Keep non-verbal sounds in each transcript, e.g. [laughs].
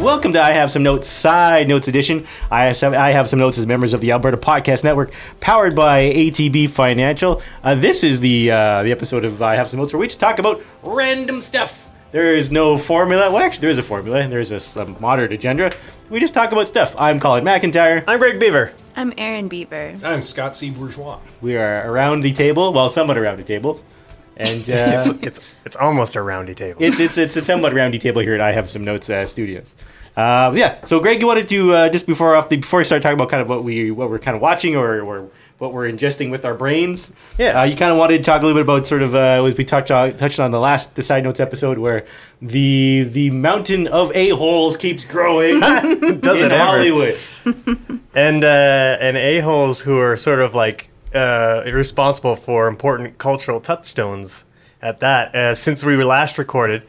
Welcome to I Have Some Notes Side Notes Edition. I have some, I have some notes as members of the Alberta Podcast Network, powered by ATB Financial. Uh, this is the uh, the episode of I Have Some Notes where we just talk about random stuff. There is no formula. Well, actually, there is a formula, and there is a, some moderate agenda. We just talk about stuff. I'm Colin McIntyre. I'm Greg Beaver. I'm Aaron Beaver. I'm Scott C. Bourgeois. We are around the table, well, somewhat around the table, [laughs] and uh, It's it's it's almost a roundy table. it's it's it's a somewhat roundy table here at I have some notes uh, studios. Uh, yeah. So Greg, you wanted to uh, just before off the before we start talking about kind of what we what we're kind of watching or or what we're ingesting with our brains. Yeah. Uh, you kind of wanted to talk a little bit about sort of uh, as we touched on touched on the last the side notes episode where the the mountain of a holes keeps growing [laughs] in [laughs] Does it ever? Hollywood. And uh, and a holes who are sort of like uh, responsible for important cultural touchstones. At that, uh, since we were last recorded,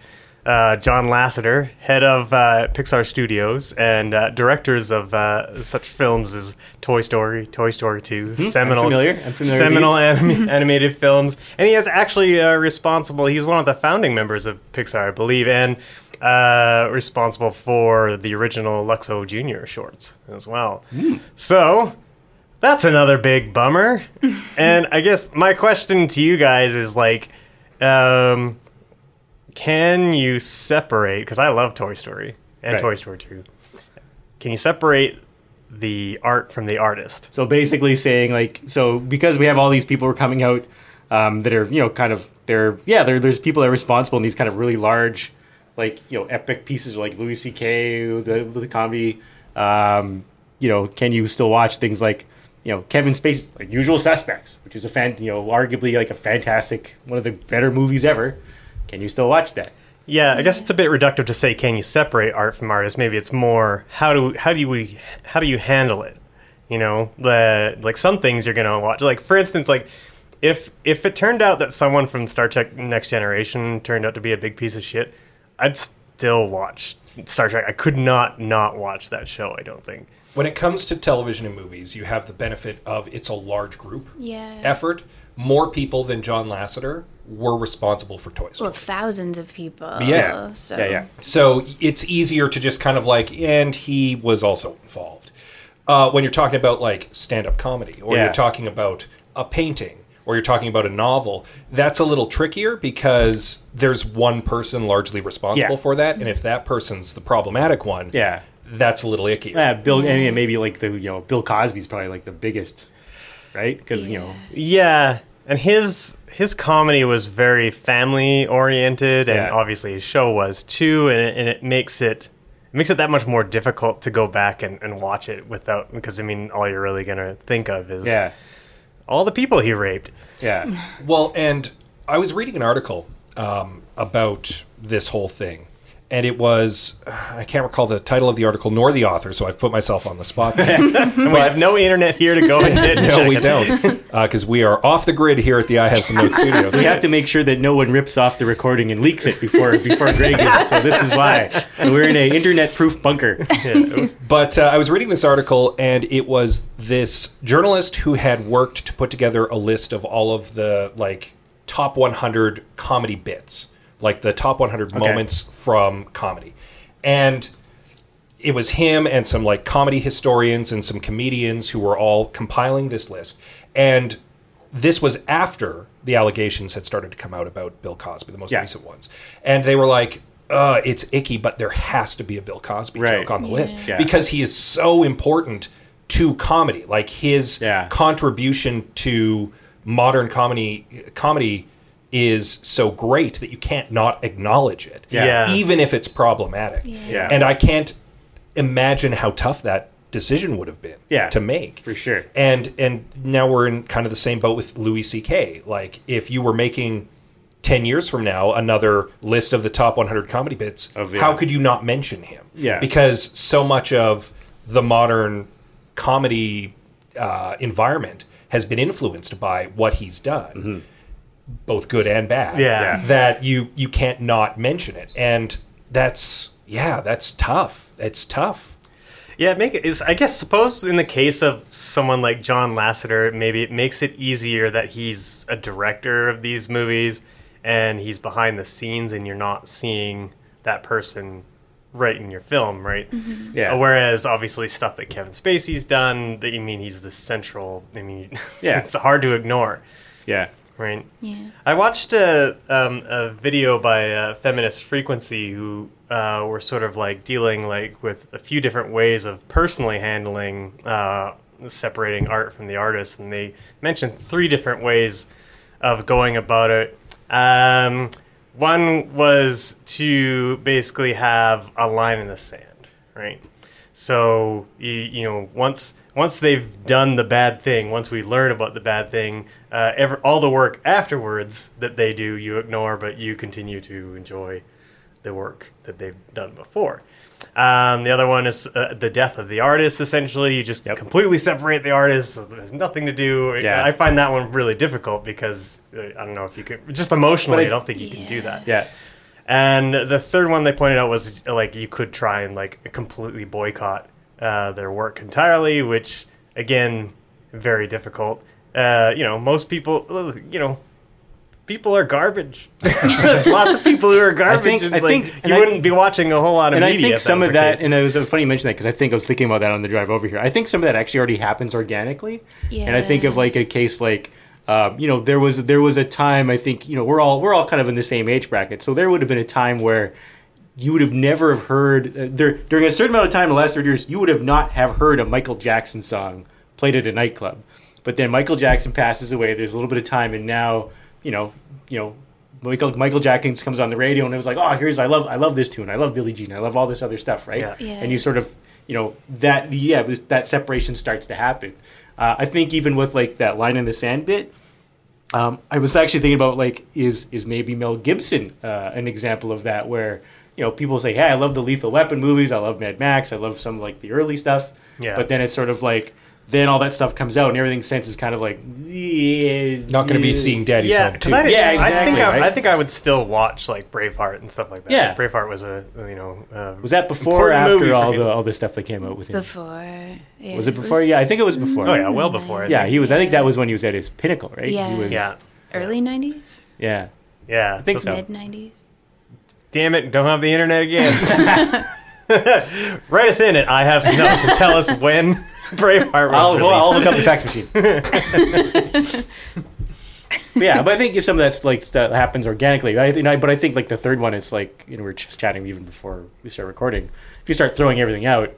uh, John Lasseter, head of uh, Pixar Studios and uh, directors of uh, such films as Toy Story, Toy Story 2 seminal, familiar. Hmm, I'm familiar with seminal anim- animated films, and he is actually uh, responsible. He's one of the founding members of Pixar, I believe, and uh, responsible for the original Luxo Junior shorts as well. So that's another big bummer. and I guess my question to you guys is like, um, can you separate? Because I love Toy Story and Right. Toy Story Two. Can you separate the art from the artist? So basically saying like so because we have all these people who are coming out um, that are you know kind of they're yeah they're, there's people that are responsible in these kind of really large like you know epic pieces like Louis C.K. the the comedy um, you know can you still watch things like you know Kevin Spacey's like Usual Suspects which is a fan you know arguably like a fantastic one of the better movies ever can you still watch that Yeah, I guess it's a bit reductive to say can you separate art from artist. Maybe it's more how do how do we how do you handle it? You know, the like some things you're gonna watch. Like for instance, like if if it turned out that someone from Star Trek Next Generation turned out to be a big piece of shit, I'd still watch Star Trek. I could not not watch that show. I don't think. When it comes to television and movies, you have the benefit of it's a large group Yeah. effort. More people than John Lasseter were responsible for Toy Story. well, thousands of people. Yeah. Oh, So. yeah yeah So it's easier to just kind of like, and he was also involved. Uh, when you're talking about like stand up comedy, or Yeah. you're talking about a painting, or you're talking about a novel, that's a little trickier because there's one person largely responsible Yeah. for that. And if that person's the problematic one, yeah that's a little icky. yeah Bill and yeah, maybe like the you know Bill Cosby's probably like the biggest right because you know Yeah, and his his comedy was very family oriented, and Yeah. obviously his show was too, and it, and it makes it it makes it that much more difficult to go back and, and watch it without because I mean all you're really gonna think of is yeah. all the people he raped. Yeah. Well, and I was reading an article um, about this whole thing, and it was I can't recall the title of the article nor the author, so I've put myself on the spot. And we have no internet here to go and no, we don't, because we are off the grid here at the I Have Some Notes Studios. We have to make sure that no one rips off the recording and leaks it before before Greg gets it. So this is why. So we're in a internet proof bunker. [laughs] But uh, I was reading this article, and it was this journalist who had worked to put together a list of all of the like top 100 comedy bits, like the top 100 moments from comedy, and it was him and some like comedy historians and some comedians who were all compiling this list, and this was after the allegations had started to come out about Bill Cosby, the most Yeah. recent ones, and they were like. Uh, it's icky, but there has to be a Bill Cosby Right. joke on the Yeah. list Yeah. because he is so important to comedy. Like his Yeah. contribution to modern comedy comedy is so great that you can't not acknowledge it. Yeah. Yeah. Even if it's problematic. Yeah. And I can't imagine how tough that decision would have been Yeah. to make. For sure. And and now we're in kind of the same boat with Louis C.K. Like if you were making 10 years from now another list of the top 100 comedy bits, Of, yeah. how could you not mention him? Yeah. Because so much of the modern comedy uh, environment has been influenced by what he's done. Both good and bad. Yeah. Yeah. That you you can't not mention it. And that's yeah, that's tough. It's tough. Yeah, make it is I guess suppose in the case of someone like John Lasseter, maybe it makes it easier that he's a director of these movies and he's behind the scenes and you're not seeing that person right in your film, right? Yeah. Uh, Whereas obviously stuff that Kevin Spacey's done, that you mean he's the central. I mean, Yeah. [laughs] it's hard to ignore, Yeah. right? Yeah. I watched a um, a video by uh, Feminist Frequency who uh, were sort of like dealing like with a few different ways of personally handling uh, separating art from the artist, and they mentioned three different ways of going about it. Um, one was to basically have a line in the sand, right? So you, you know, once once they've done the bad thing, once we learn about the bad thing, uh, ever, all the work afterwards that they do, you ignore, but you continue to enjoy the work that they've done before. Um, the other one is uh, the death of the artist. Essentially, you just Yep. completely separate the artist. It has nothing to do. Yeah. I find that one really difficult because uh, I don't know if you can just emotionally. But I, I- don't think you can do that. Yeah. And the third one they pointed out was like you could try and like completely boycott uh, their work entirely, which again, very difficult. Uh, you know, most people, you know, people are garbage. [laughs] There's lots of people who are garbage. think- and, I like, think- and you I- wouldn't be watching a whole lot of And I media. think if some was of the that, case. and it was funny you mentioned that because I think I was thinking about that on the drive over here. I think some of that actually already happens organically. And I think of Yeah. like a case like, um, you know, there was there was a time I think you know we're all we're all kind of in the same age bracket, so there would have been a time where you would have never have heard uh, there during a certain amount of time in the last 30 years you would have not have heard a michael jackson song played at a nightclub but then michael jackson passes away there's a little bit of time and now you know you know michael michael jackson comes on the radio and it was like oh here's i love i love this tune i love billie jean i love all this other stuff right Yeah. Yeah. and you sort of you know that yeah that separation starts to happen uh, i think even with like that line in the sand bit um, I was actually thinking about like is is maybe Mel Gibson uh, an example of that where you know people say hey I love the Lethal Weapon movies I love Mad Max I love some like the early stuff Yeah. but then it's sort of like then all that stuff comes out and everything since is kind of like yeah, Not going to be seeing Daddy's Yeah, Home because too. I, didn't- Yeah, I think exactly, I, right? I think I would still watch like Braveheart and stuff like that. Yeah. Braveheart was a you know uh, was that before or important movie after for all me. the all the stuff that came out with him Before. Yeah, was it before yeah I think it was before oh yeah well before I yeah think. he was I think that was when he was at his pinnacle right Yeah. he was, yeah Early 90s? yeah yeah I think so Mid 90s? Damn it, don't have the internet again. [laughs] Write us in at I have some notes and tell us when [laughs] Braveheart was I'll, released. well, I'll look up the fax machine. But yeah, but I think some of that's like that happens organically. I, you know, but I think like the third one is like you know we were just chatting even before we start recording. If you start throwing everything out,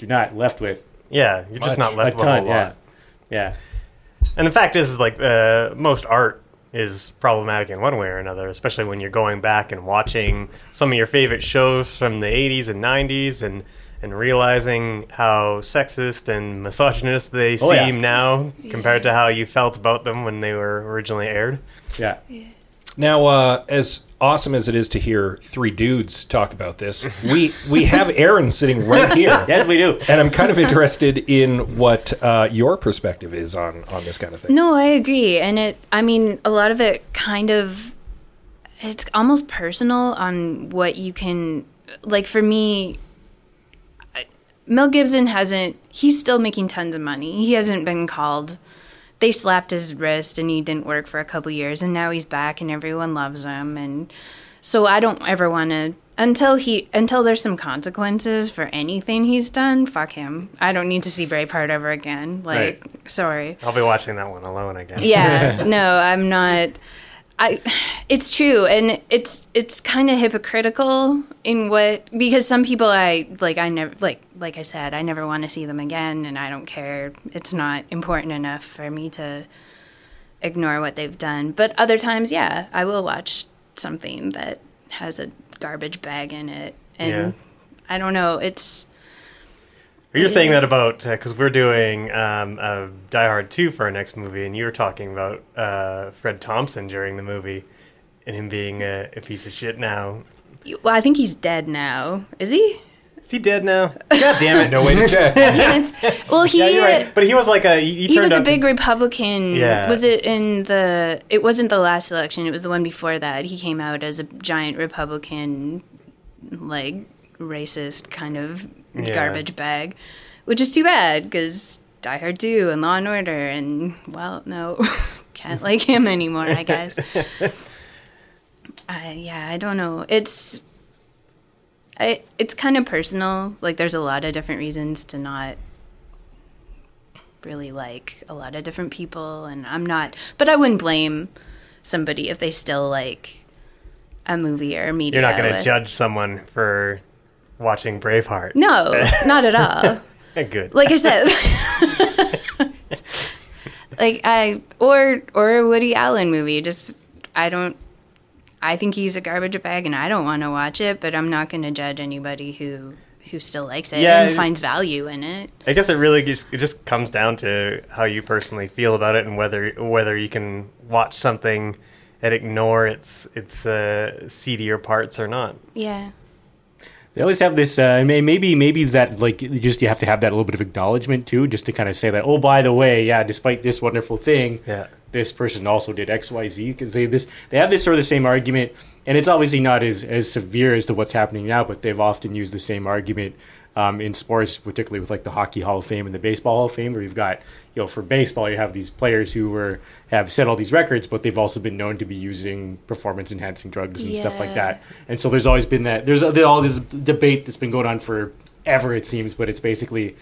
you're not left with yeah, you're just much, not left a with a ton. whole yeah, lot. yeah, And the fact is, is like uh, most art is problematic in one way or another, especially when you're going back and watching some of your favorite shows from the 80s and 90s and and realizing how sexist and misogynist they Oh, yeah. seem now compared to how you felt about them when they were originally aired. yeah. Now, uh, as awesome as it is to hear three dudes talk about this, we we have Aaron sitting right here, Yes, we do. and I'm kind of interested in what uh, your perspective is on on this kind of thing. No, I agree. And it, I mean, a lot of it kind of, it's almost personal on what you can, like for me, I- Mel Gibson hasn't, he's still making tons of money. He hasn't been called. They slapped his wrist and he didn't work for a couple years and now he's back and everyone loves him. And so I don't ever want to. Until he, until there's some consequences for anything he's done, fuck him. I don't need to see Braveheart ever again. Like, sorry. I'll be watching that one alone, I guess. [laughs] Yeah, no, I'm not. I, it's true, and it's it's kind of hypocritical in what because some people I like I never like like I said I never want to see them again, and I don't care. It's not important enough for me to ignore what they've done. But other times, yeah, I will watch something that has a garbage bag in it, and Yeah. I don't know. It's You're saying that about because we're doing um, uh, Die Hard two for our next movie, and you were talking about uh, Fred Thompson during the movie and him being a, a piece of shit. Now well, I think he's dead now. Is [laughs] he? is he dead now? [laughs] God damn [laughs] it! No [laughs] way to check. Can't- well, he. Yeah, you're right. But he was like a he, he he turned was a out to- big Republican. Yeah. Was it in the? It wasn't the last election. It was the one before that. He came out as a giant Republican, like racist kind of Yeah. garbage bag, which is too bad because Die Hard 2 and Law and Order and well, no, [laughs] can't like him anymore. I [laughs] guess. I yeah, I don't know. It's I, it's kind of personal. Like, there's a lot of different reasons to not really like a lot of different people, and I'm not. But I wouldn't blame somebody if they still like a movie or a media. You're not going to with- judge someone for watching Braveheart. Eh, No, not at [laughs] all. Good. like I said, like I or or a Woody Allen movie. Just I don't. I think he's a garbage bag, and I don't want to watch it. But I'm not going to judge anybody who who still likes it Yeah, and it- finds value in it. I guess it really just it just comes down to how you personally feel about it and whether whether you can watch something and ignore its its uh, seedier parts or not. Yeah, They always have this. Uh, may- maybe maybe that like you just you have to have that little bit of acknowledgement too, just to kind of say that. Oh, by the way, yeah, despite this wonderful thing, Yeah. this person also did X Y Z because they this they have this sort of the same argument, and it's obviously not as as severe as to what's happening now, but they've often used the same argument. Um, in sports, particularly with like the hockey Hall of Fame and the baseball Hall of Fame, where you've got, you know, for baseball, you have these players who were have set all these records, but they've also been known to be using performance enhancing drugs and stuff like Yeah. that. And so there's always been that. There's there's all this debate that's been going on forever, it seems. But it's basically,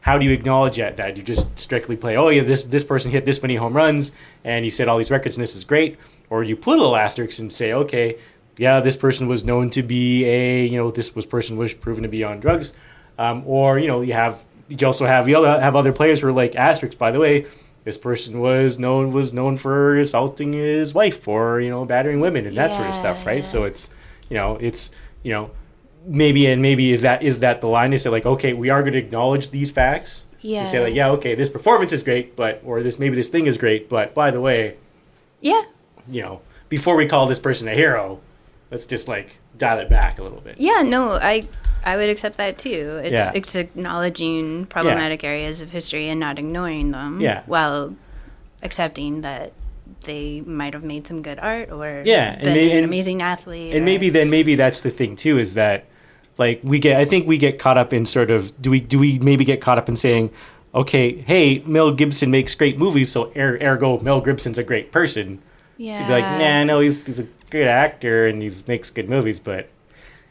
how do you acknowledge that? That you just strictly play, oh yeah, this this person hit this many home runs and he set all these records and this is great, or you put a little asterisk and say, okay, yeah, this person was known to be a you know this was person was proven to be on drugs, um, or you know you have you also have you other have other players who are like asterisks. By the way. This person was known was known for assaulting his wife or you know battering women and that sort of stuff, Yeah, right? yeah. So it's you know it's you know maybe and maybe is that is that the line is it like okay we are going to acknowledge these facts Yeah. you say like yeah okay this performance is great but or this maybe this thing is great but by the way yeah, you know before we call this person a hero let's just like dial it back a little bit yeah. No, I I would accept that too. It's Yeah. it's acknowledging problematic areas of history and not ignoring them. Yeah. while accepting that they might have made some good art or Yeah, and been may- an and- amazing athlete and or- maybe then maybe that's the thing too is that like we get i think we get caught up in sort of do we do we maybe get caught up in saying okay hey mel gibson makes great movies so er, ergo mel gibson's a great person yeah to be like nah no he's, he's a good actor and he makes good movies but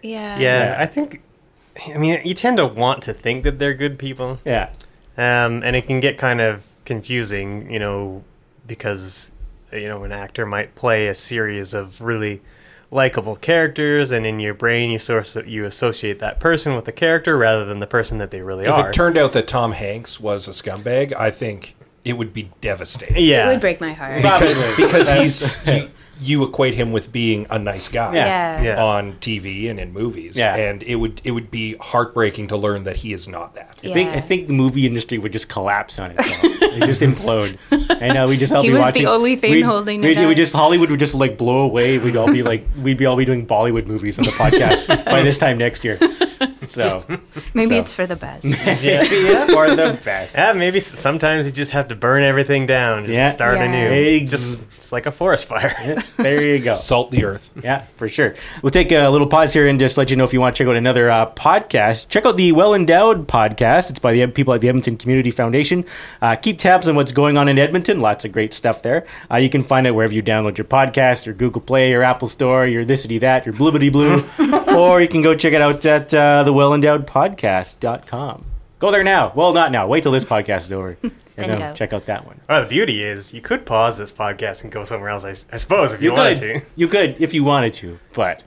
yeah Yeah, Yeah. I think. I mean, you tend to want to think that they're good people, yeah um, and it can get kind of confusing, you know, because you know an actor might play a series of really likable characters, and in your brain you sort of you associate that person with the character rather than the person that they really If are. it turned out that Tom Hanks was a scumbag, I think it would be devastating. it yeah, would break my heart Because, because he's you, you equate him with being a nice guy Yeah. Yeah. on TV and in movies, Yeah. and it would it would be heartbreaking to learn that he is not that. I think I Yeah. think the movie industry would just collapse on itself. it just implode. I know we just all He be was the watching. only thing we'd- holding it we'd, up. We just Hollywood would just like blow away. We'd all be like we'd be all be doing Bollywood movies on the podcast by this time next year. So maybe so. it's for the best [laughs] [laughs] yeah. it's for the best. Yeah, maybe s- sometimes you just have to burn everything down, just Yeah. start Yeah. anew. Ex- Just it's like a forest fire. [laughs] [laughs] There you go. Salt the earth. Yeah, for sure. We'll take a little pause here and just let you know if you want to check out another uh, podcast. Check out the Well Endowed podcast. It's by the people at the Edmonton Community Foundation. Uh, keep tabs on what's going on in Edmonton. Lots of great stuff there. Uh, you can find it wherever you download your podcast, your Google Play, your Apple Store, your this city that, your blibbity [laughs] blue. or you can go check it out at uh, thewellendowedpodcast.com. Go there now. Well, not now. Wait till this podcast is over. And Then then go. check out that one. Well, the beauty is you could pause this podcast and go somewhere else. I, s- I suppose if you, could. wanted to. You could if you wanted to, [laughs] but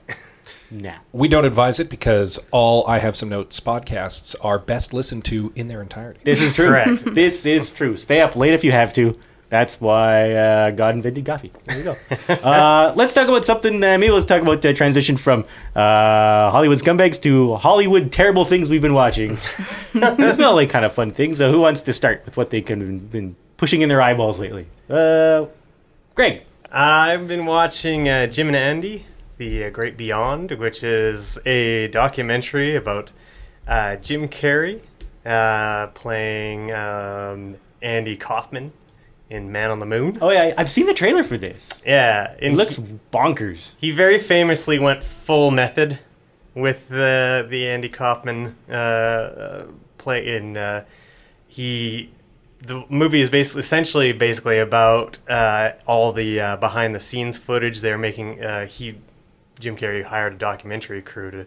nah. We don't advise it because all I have some notes podcasts are best listened to in their entirety. This is true. Correct. [laughs] This is true. Stay up late if you have to. That's why uh, God invented coffee. There you go. uh, let's talk about something. Uh, maybe let's talk about the transition from uh, Hollywood scumbags to Hollywood terrible things we've been watching. There's been all like kind of fun things. So who wants to start with what they've been, been pushing in their eyeballs lately? Uh, Greg. I've been watching uh, Jim and Andy, The uh, Great Beyond, which is a documentary about uh, Jim Carrey uh, playing um, Andy Kaufman in Man on the Moon. Oh yeah, I- I've seen the trailer for this. Yeah, It and looks he- bonkers. He very famously went full method with the the Andy Kaufman uh, uh, play in. Uh, he the movie is basically essentially basically about uh, all the uh, behind the scenes footage they're making. Uh, he Jim Carrey hired a documentary crew to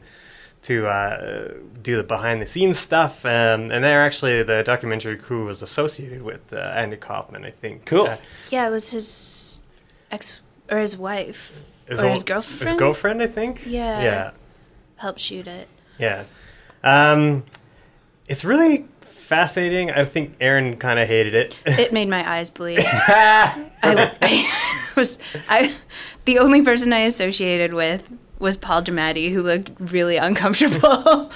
to uh, do the behind the scenes stuff. Um, and they're actually the documentary crew was associated with uh, Andy Kaufman, I think. Cool. Uh, Yeah, it was his ex or his wife his or old- his girlfriend. His girlfriend, I think. Yeah. Yeah. helped shoot it. Yeah. Um, it's really fascinating. I think Aaron kind of hated it. [laughs] It made my eyes bleed. [laughs] I, I was I the only person I associated with was Paul Giamatti, who looked [laughs] really uncomfortable.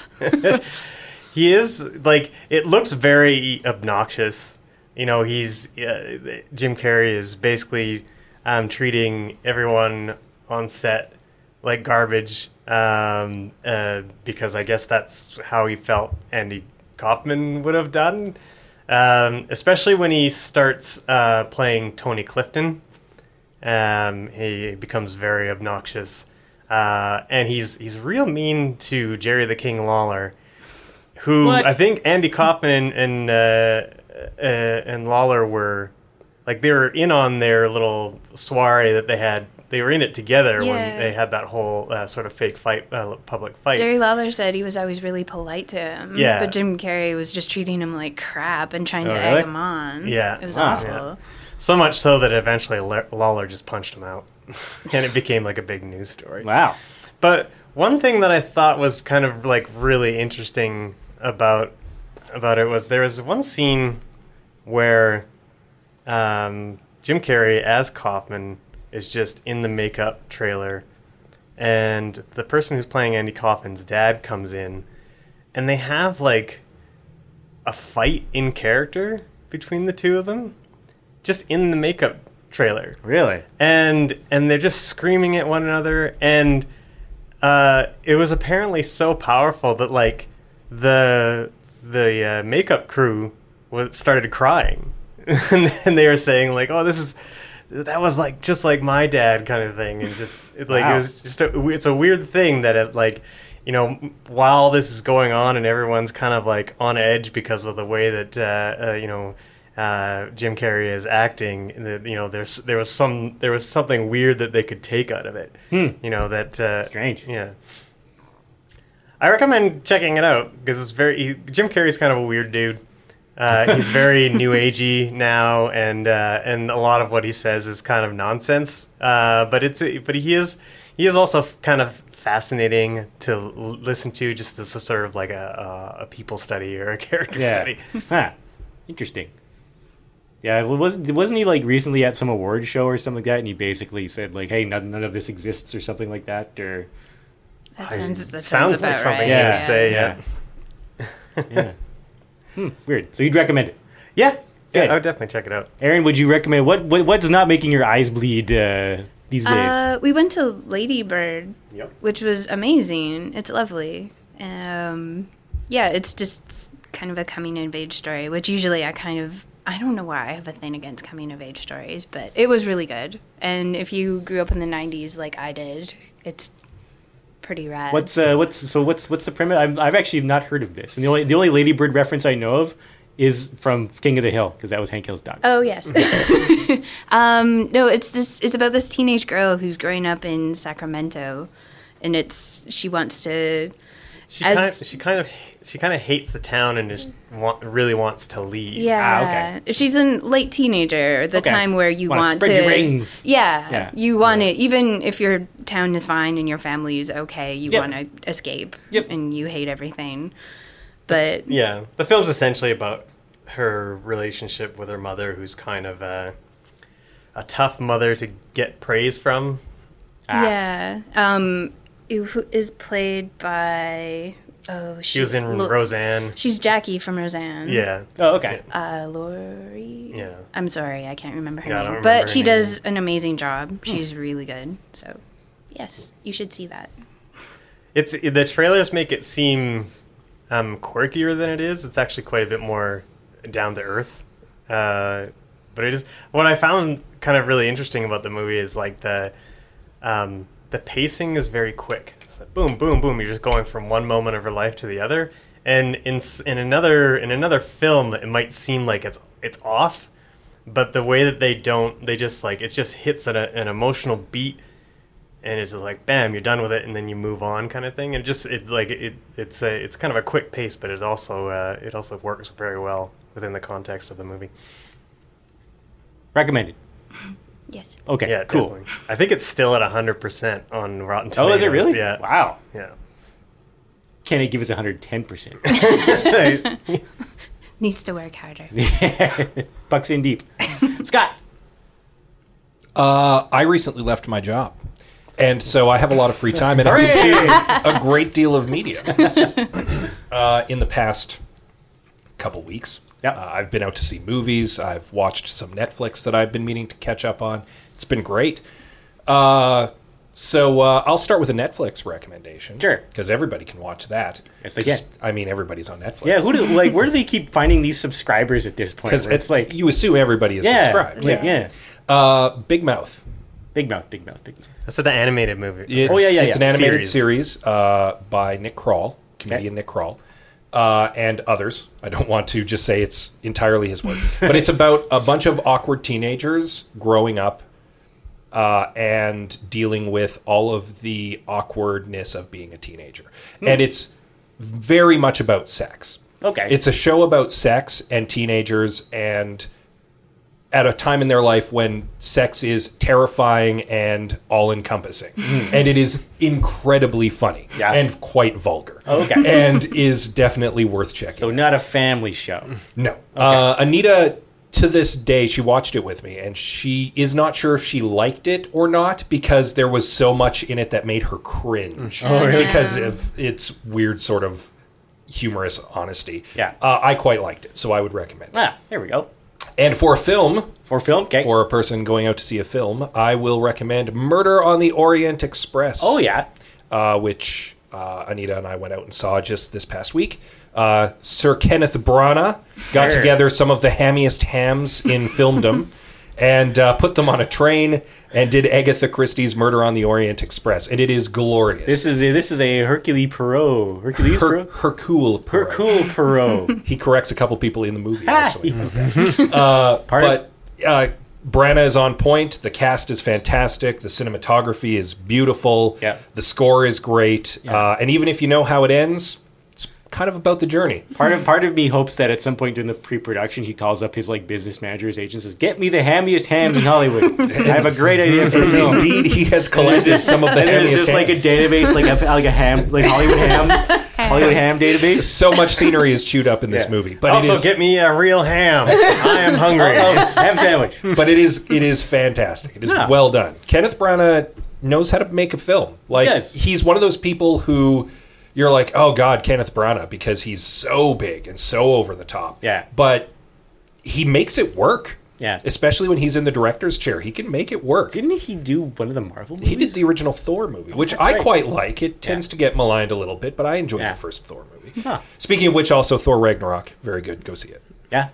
he is like it looks very obnoxious you know he's uh, jim carrey is basically um, treating everyone on set like garbage um, uh, because i guess that's how he felt andy kaufman would have done um, especially when he starts uh, playing tony clifton um, he becomes very obnoxious uh, and he's he's real mean to jerry the king lawler who What? I think Andy Kaufman and and, uh, uh, and Lawler were like they were in on their little soiree that they had. They were in it together Yeah. when they had that whole uh, sort of fake fight, uh, public fight. Jerry Lawler said he was always really polite to him. Yeah. But Jim Carrey was just treating him like crap and trying Oh, to really? egg him on. Yeah. It was Wow. awful. Yeah. So much so that eventually La- Lawler just punched him out, [laughs] and it became like a big news story. Wow. But one thing that I thought was kind of like really interesting about about it was there was one scene where um, Jim Carrey as Kaufman is just in the makeup trailer, and the person who's playing Andy Kaufman's dad comes in, and they have like a fight in character between the two of them, just in the makeup trailer Really? and and they're just screaming at one another and uh, it was apparently so powerful that like the the uh, makeup crew was started crying [laughs] and, and they were saying like oh this is that was like just like my dad kind of thing and just it, like Wow. it was just a, it's a weird thing that it like you know while this is going on and everyone's kind of like on edge because of the way that uh, uh, you know uh, Jim Carrey is acting that you know there's there was some there was something weird that they could take out of it you know that uh, Strange. yeah I recommend checking it out because it's very he, Jim Carrey's kind of a weird dude. [laughs] Uh, he's very new agey now, and uh, and a lot of what he says is kind of nonsense. Uh, but it's but he is he is also f- kind of fascinating to l- listen to, just as a sort of like a, a, a people study or a character Yeah. study. huh. Interesting. Yeah, well, wasn't wasn't he like recently at some award show or something like that, and he basically said like, "Hey, none, none of this exists" or something like that, or That sounds, that Sounds sounds, like about right. something you would Yeah. say. yeah. Yeah. Hmm, weird. So you'd recommend it, Yeah, yeah, Good. I would definitely check it out. Aaron? Would you recommend what? What, what's not making your eyes bleed uh, these days? Uh, we went to Ladybird, Yep. which was amazing. It's lovely. Um, yeah, it's just kind of a coming of age story, which usually I kind of I don't know why I have a thing against coming of age stories, but it was really good. And if you grew up in the '90s like I did, it's pretty rad. What's uh, what's so what's what's the premise? I've, I've actually not heard of this, and the only the only Ladybird reference I know of is from King of the Hill because that was Hank Hill's dog. Oh yes. [laughs] um, no, it's this. It's about this teenage girl who's growing up in Sacramento, and it's she wants to. She As- kind of she kind of she kind of hates the town and just want, really wants to leave. Ah, Yeah, she's a late teenager, the Okay. time where you Wanna want spread to. your wings. Yeah, Yeah. you want to. Even if your town is fine and your family is okay, you Yep. want to escape. Yep. And you hate everything, but Yeah, the film's essentially about her relationship with her mother, who's kind of a, a tough mother to get praise from. Ah. Ah. yeah, um, who is played by? Oh, She was in Lo- Roseanne. She's Jackie from Roseanne. Yeah, Oh, okay. uh, Lori. Yeah. I'm sorry, I can't remember her Yeah, I don't name, remember her but she name. Hmm. does an amazing job. She's really good. So, yes, you should see that. it's the trailers make it seem um, quirkier than it is. It's actually quite a bit more down to earth. Uh, but it is what I found kind of really interesting about the movie is like the um, the pacing is very quick. It's like boom, boom, boom. You're just going from one moment of your life to the other. And in s- in another in another film, it might seem like it's it's off, but the way that they don't, they just like it just hits an, an emotional beat and it's just like bam, you're done with it, and then you move on, kind of thing. And it just it like it it's a it's kind of a quick pace, but it also uh, it also works very well within the context of the movie. Recommended. Yes. Okay, Yeah, cool. definitely. I think it's still at hundred percent on Rotten Oh, Tomatoes. is it really? Yeah, Wow. yeah. [laughs] Can it give us 110%? Needs to work harder. Bucks in deep. Scott. Uh, I recently left my job. And so I have a lot of free time and I've consumed [laughs] a great deal of media [laughs] uh, in the past couple weeks. Yep. Uh, I've been out to see movies. I've watched some Netflix that I've been meaning to catch up on. It's been great. Uh, so uh, I'll start with a Netflix recommendation. Sure. Because everybody can watch that. Yes, they can. I mean, everybody's on Netflix. Yeah, who do like? Where do they keep finding these subscribers at this point? Because Where it's like, you assume everybody is yeah, subscribed. like, yeah, Uh, Big Mouth. big mouth, big mouth, big mouth. I said the animated movie. Oh, It's, Oh, yeah, yeah, It's an yeah. animated Series. series, uh, by Nick Kroll, comedian Okay. Nick Kroll, uh, and others. I don't want to just say it's entirely his work, [laughs] but it's about a bunch of awkward teenagers growing up uh, and dealing with all of the awkwardness of being a teenager, Hmm. and it's very much about sex. Okay. it's a show about sex and teenagers and at a time in their life when sex is terrifying and all encompassing. And it is incredibly funny Hmm. Yeah. and quite vulgar. Okay. And is definitely worth checking. So not a family show. [laughs] no. Uh, Anita, to this day, she watched it with me and she is not sure if she liked it or not because there was so much in it that made her cringe. Mm-hmm. Oh, Because of its weird sort of humorous honesty. Yeah. Uh, I quite liked it, so I would recommend it. ah, there we go. And for a film, For film, okay. for a person going out to see a film, I will recommend Murder on the Orient Express. oh yeah, Uh, which uh, Anita and I went out and saw just this past week. Uh, Sir Kenneth Branagh got Sir. together some of the hammiest hams [laughs] in filmdom and uh, put them on a train and did Agatha Christie's Murder on the Orient Express. And it is glorious. this is a, this is a Hercule Poirot. Hercules Her- Poirot. Hercule Poirot. Hercule Ah, [laughs] Poirot. He corrects a couple people in the movie, actually. [laughs] Pardon? But uh, Branna is on point. The cast is fantastic. The cinematography is beautiful. Yeah. The score is great. Uh, and even if you know how it ends, it's kind of about the journey. Part of part of me hopes that at some point during the pre-production, he calls up his like business manager, his agent, says, "Get me the hammiest hams in [laughs] Hollywood. I have a great idea for a film." [laughs] Indeed, he has collected some [laughs] of the And there's hammiest just like a hams. database, like a like a ham, like Hollywood ham, Hollywood ham database. [laughs] so much scenery is chewed up in this Yeah. movie, but it Also, is get me a real ham. I am [laughs] hungry. [laughs] [laughs] Oh, ham sandwich. but it is it is fantastic. It is Yeah. well done. Kenneth Branagh knows how to make a film. Like Yes. he's one of those people who you're like, oh god, Kenneth Branagh, because he's so big and so over the top. Yeah. but he makes it work. Yeah. especially when he's in the director's chair, he can make it work. Didn't he do one of the Marvel movies? He did the original Thor movie, which That's I right. quite like. It tends to get maligned a little bit, but I enjoyed Yeah. the first Thor movie. Huh. Speaking of which, also Thor Ragnarok, very good. Go see it. Yeah.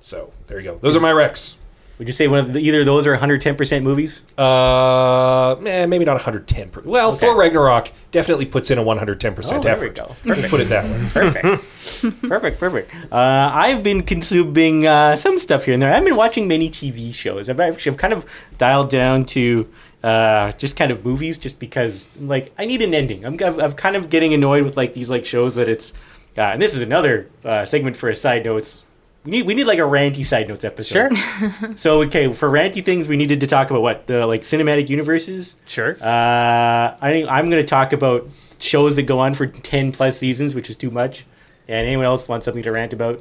So there you go. Those are my recs. Would you say one of the, either of those are 110% movies? Uh, eh, maybe not 110. Per- well, Okay. Thor Ragnarok definitely puts in a 110 Oh, percent there we effort. go. Let's put it that way. Perfect. [laughs] perfect, perfect. Uh, I've been consuming uh, some stuff here and there. I've been watching many TV shows. I've actually I've kind of dialed down to uh, just kind of movies just because, like, I need an ending. I'm, I'm, I'm kind of getting annoyed with, like, these, like, shows that it's... Uh, and this is another uh, segment for a side note. It's, we need, we need like a ranty side notes episode. Sure. so okay, for ranty things, we needed to talk about what the like cinematic universes. sure. Uh, I think I'm going to talk about shows that go on for ten plus seasons, which is too much. And anyone else want something to rant about?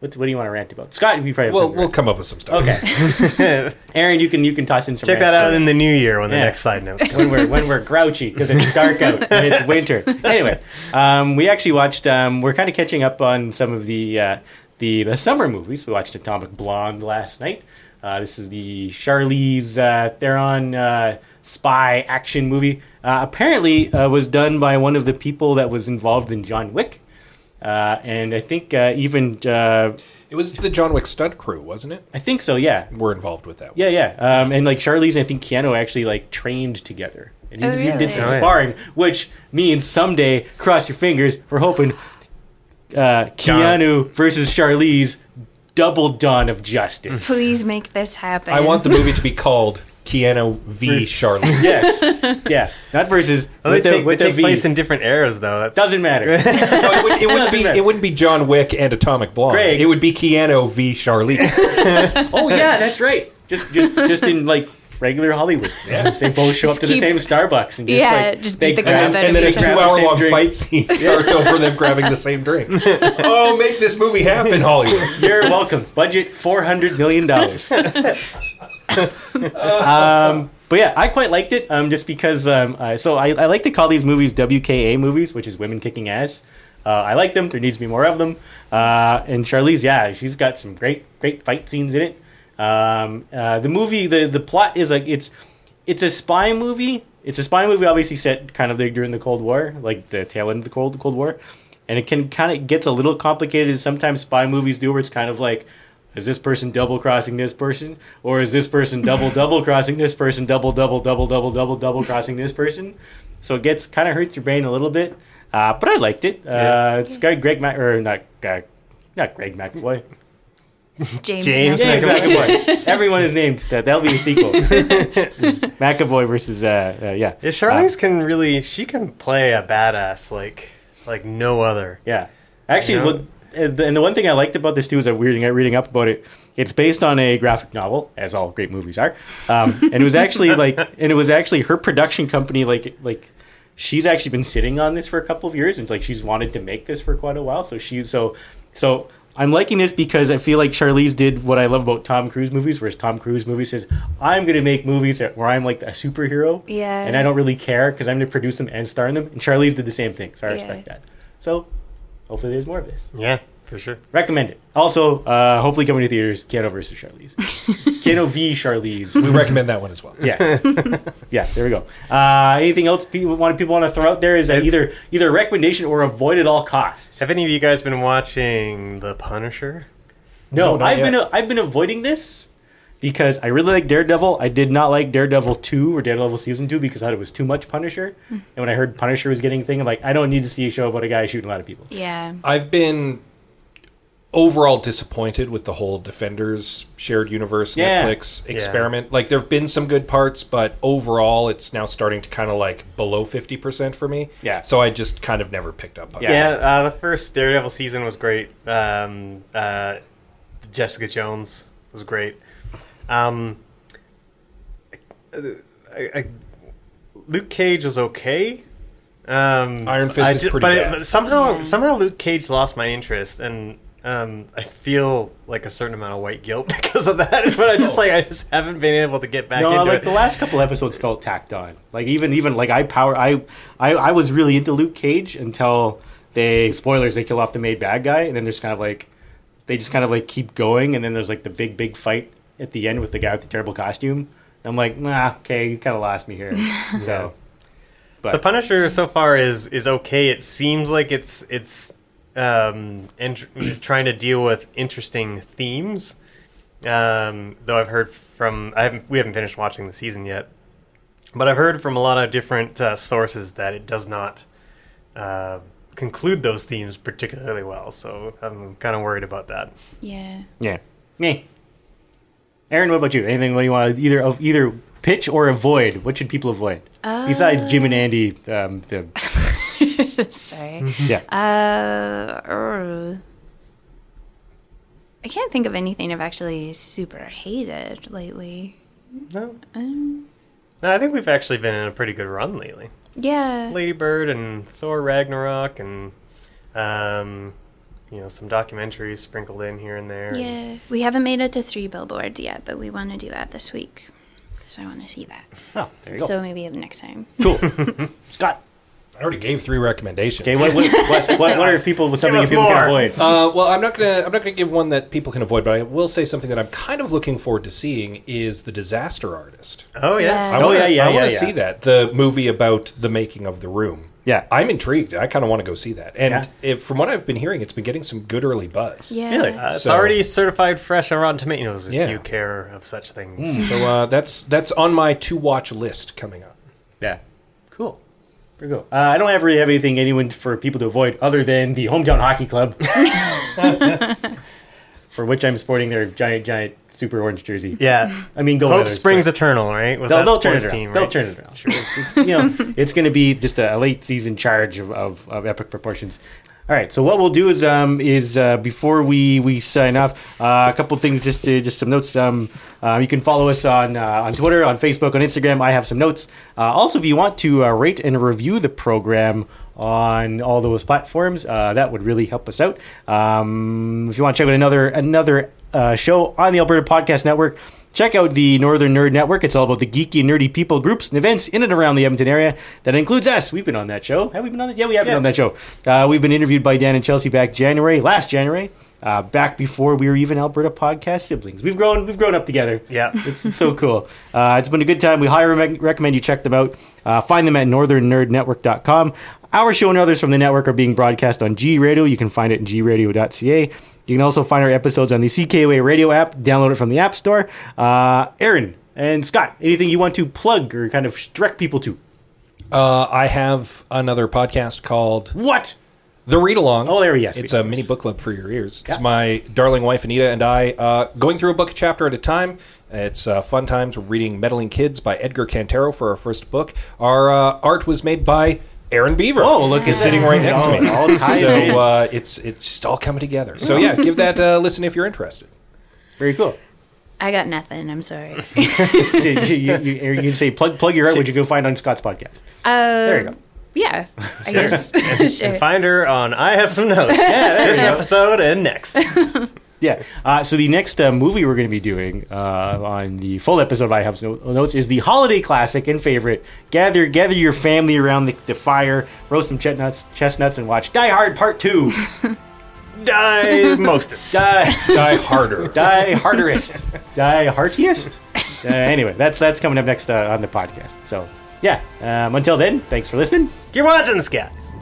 What, what do you want to rant about? Scott, we probably have We'll, something. to we'll rant. come up with some stuff. [laughs] okay, Aaron, you can you can toss in some. [laughs] Check that rants out too. in the new year when the Yeah. next side note. when we're when we're grouchy because it's dark out and it's winter. Anyway, um, we actually watched. Um, we're kind of catching up on some of the uh, the the summer movies. We watched Atomic Blonde last night. Uh, this is the Charlize uh, Theron uh, spy action movie. Uh, apparently, uh, was done by one of the people that was involved in John Wick, uh, and I think uh, even uh, It was the John Wick stunt crew, wasn't it? I think so. Yeah, We're involved with that. one. yeah, yeah. Um, and like Charlize and I think Keanu actually like trained together. And he, Oh, he really? did some Oh, yeah. sparring, which means someday, cross your fingers, we're hoping uh, Keanu versus Charlize double dawn of justice. [laughs] Please make this happen. I want the movie to be called Keanu [laughs] v. Charlotte. yes. Yeah. Not versus. Well, they with the- take, with they the take V. place in different eras, though. That's Doesn't matter. No, it, would, it, wouldn't be, it wouldn't be John Wick and Atomic Blonde. Greg. It would be Keanu [laughs] v. Charlize. oh yeah, that's right. Just just just in like regular Hollywood. Yeah. They both show up Just to the keep- same Starbucks and just Yeah, like just they beat the grab- and, crap out and of then a each two other. hour Grab long the same fight scene starts over them grabbing the same [laughs] drink. oh, make this movie happen, Hollywood. You're welcome. Budget four hundred million dollars. um, but yeah, I quite liked it. Um, just because um, I, so I, I like to call these movies WKA movies, which is women kicking ass. Uh, I like them. There needs to be more of them. Uh, and Charlize, yeah, she's got some great great fight scenes in it. Um, uh, the movie, the the plot is like it's it's a spy movie. It's a spy movie, obviously set kind of there during the Cold War, like the tail end of the Cold Cold War, and it can kind of gets a little complicated. Sometimes spy movies do where it's kind of like, is this person double crossing this person, or is this person double double crossing this person, double double double double double double crossing this person? So it gets kind of hurts your brain a little bit, uh, but I liked it. Uh, Yeah. It's got Greg Mac or not uh, not Greg McAvoy. James. James Mac- James McAvoy. McAvoy. Everyone is named that. That'll be a sequel. [laughs] McAvoy versus uh, uh yeah. yeah, Charlize can really she can play a badass like like no other. Yeah, actually, You know? what, and the- and the one thing I liked about this too is I reading reading up about it. It's based on a graphic novel, as all great movies are, um, and it was [laughs] actually like, and it was actually her production company, like like. She's actually been sitting on this for a couple of years, and like she's wanted to make this for quite a while. So she, so, so I'm liking this because I feel like Charlize did what I love about Tom Cruise movies, whereas Tom Cruise movies says, "I'm going to make movies that, where I'm like a superhero, Yeah. and I don't really care because I'm going to produce them and star in them." And Charlize did the same thing, so I Yeah. respect that. So hopefully there's more of this. Yeah, for sure. Recommend it. Also, uh, hopefully coming to theaters, Keanu versus Charlize. Keanu v. Charlize. [laughs] We recommend that one as well. Yeah, yeah. There we go. Uh, anything else people want people want to throw out there is that either either a recommendation or avoid at all costs. Have any of you guys been watching The Punisher? No, No, not I've been yet. I've been avoiding this because I really like Daredevil. I did not like Daredevil two or Daredevil season two because I thought it was too much Punisher. And when I heard Punisher was getting a thing, I'm like, I don't need to see a show about a guy shooting a lot of people. Yeah. I've been overall disappointed with the whole Defenders shared universe Yeah. Netflix Yeah. experiment. Like there have been some good parts, but overall it's now starting to kind of like below 50% for me. Yeah. So I just kind of never picked up on it. Yeah, uh, the first Daredevil season was great. Um, uh, Jessica Jones was great. Um, I, I, Luke Cage was okay. Um, Iron Fist I is ju- pretty but it- bad. but somehow, somehow Luke Cage lost my interest, and um, I feel like a certain amount of white guilt [laughs] because of that. but I just like I just haven't been able to get back no, into like it. the last couple episodes felt tacked on. Like even even like I power I, I I was really into Luke Cage until they spoilers they kill off the main bad guy and then there's kind of like they just kind of like keep going and then there's like the big big fight at the end with the guy with the terrible costume. And I'm like, nah, okay, you kind of lost me here. so The Punisher so far is is okay. It seems like it's it's um int- it's trying to deal with interesting themes. Um, though I've heard from I haven't we haven't finished watching the season yet, but I've heard from a lot of different uh, sources that it does not uh, conclude those themes particularly well. So I'm kind of worried about that. Yeah. [laughs] yeah, me. Aaron, what about you? Anything you want to either of either pitch or avoid? What should people avoid besides Jim and Andy? Um, the, Sorry. yeah, Uh, er, I can't think of anything I've actually super hated lately. No, Um, no, I think we've actually been in a pretty good run lately. yeah. Lady Bird and Thor Ragnarok and um, you know some documentaries sprinkled in here and there. Yeah. We haven't made it to three billboards yet, but we want to do that this week because I want to see that. oh, there you go. So maybe the next time. Cool. Scott. I already gave three recommendations. Okay, what, what, [laughs] what, what, what are people with something Give us that people more. can avoid? Uh, well, I'm not gonna I'm not gonna give one that people can avoid, but I will say something that I'm kind of looking forward to seeing is the Disaster Artist. Oh yes. Yeah. I wanna, yeah, yeah, I wanna yeah, yeah. see that the movie about the making of the room. Yeah. I'm intrigued. I kind of want to go see that. And Yeah. if, from what I've been hearing, it's been getting some good early buzz. Yeah. Uh, it's So- already certified fresh on Rotten Tomatoes if Yeah. you care of such things. Hmm. So uh, that's that's on my to watch list coming up. Yeah. Cool. There you go. Uh, I don't have really have anything anyone for people to avoid other than [laughs] [laughs] the hometown hockey club, for which I'm sporting their giant, giant super orange jersey. [laughs] Yeah. I mean, go Hope Letters, Springs but Eternal, right? With They'll, that they'll turn it sports around. team, They'll right? turn it around. Sure, it's, you know, [laughs] it's going to be just a, a late season charge of, of, of epic proportions. All right, so what we'll do is um, is uh, before we, we sign off, uh, a couple things just to, just some notes. Um, uh, you can follow us on uh, on Twitter, on Facebook, on Instagram. I have some notes. Uh, also, if you want to uh, rate and review the program on all those platforms, uh, that would really help us out. Um, if you want to check out another another uh, show on the Alberta Podcast Network. Check out the Northern Nerd Network. It's all about the geeky and nerdy people, groups, and events in and around the Edmonton area. That includes us. We've been on that show. Have we been on that? Yeah, we have been Yeah. on that show. Uh, we've been interviewed by Dan and Chelsea back January, last January, uh, back before we were even Alberta podcast siblings. We've grown. We've grown up together. Yeah. it's, it's so cool. Uh, it's been a good time. We highly rec- recommend you check them out. Uh, find them at northernnerdnetwork.com. Our show and others from the network are being broadcast on G Radio. You can find it at gradio.ca. You can also find our episodes on the CKOA radio app. Download it from the App Store. Uh, Aaron and Scott, anything you want to plug or kind of direct people to? Uh, I have another podcast called What? The Read Along. Oh, there we go. It's a mini book club for your ears. It's my darling wife Anita and I uh, going through a book a chapter at a time. It's uh, fun times. We're reading Meddling Kids by Edgar Cantero for our first book. Our uh, art was made by Aaron Beaver. Oh, look, He's it's sitting right next to me. All, all ties in. so uh, it's it's just all coming together. So yeah, give that a listen if you're [laughs] interested. Very cool. [laughs] I got nothing. I'm sorry. So you, you, you, Aaron, you can say plug plug your art, which you can go find on Scott's podcast. there Oh, you go. Yeah, I guess. [laughs] sure. And find her on I Have [laughs] Some Notes. this episode [laughs] and next. Yeah. Uh, so the next uh, movie we're going to be doing uh, on the full episode of I Have No- Notes is the holiday classic and favorite. Gather, gather your family around the, the fire, roast some chestnuts, chestnuts, and watch Die Hard Part Two. Die Mostus. Die, Die harder. die harderest, die heartiest. Uh, anyway, that's that's coming up next uh, on the podcast. So yeah. Um, until then, thanks for listening. You're watching, Scott.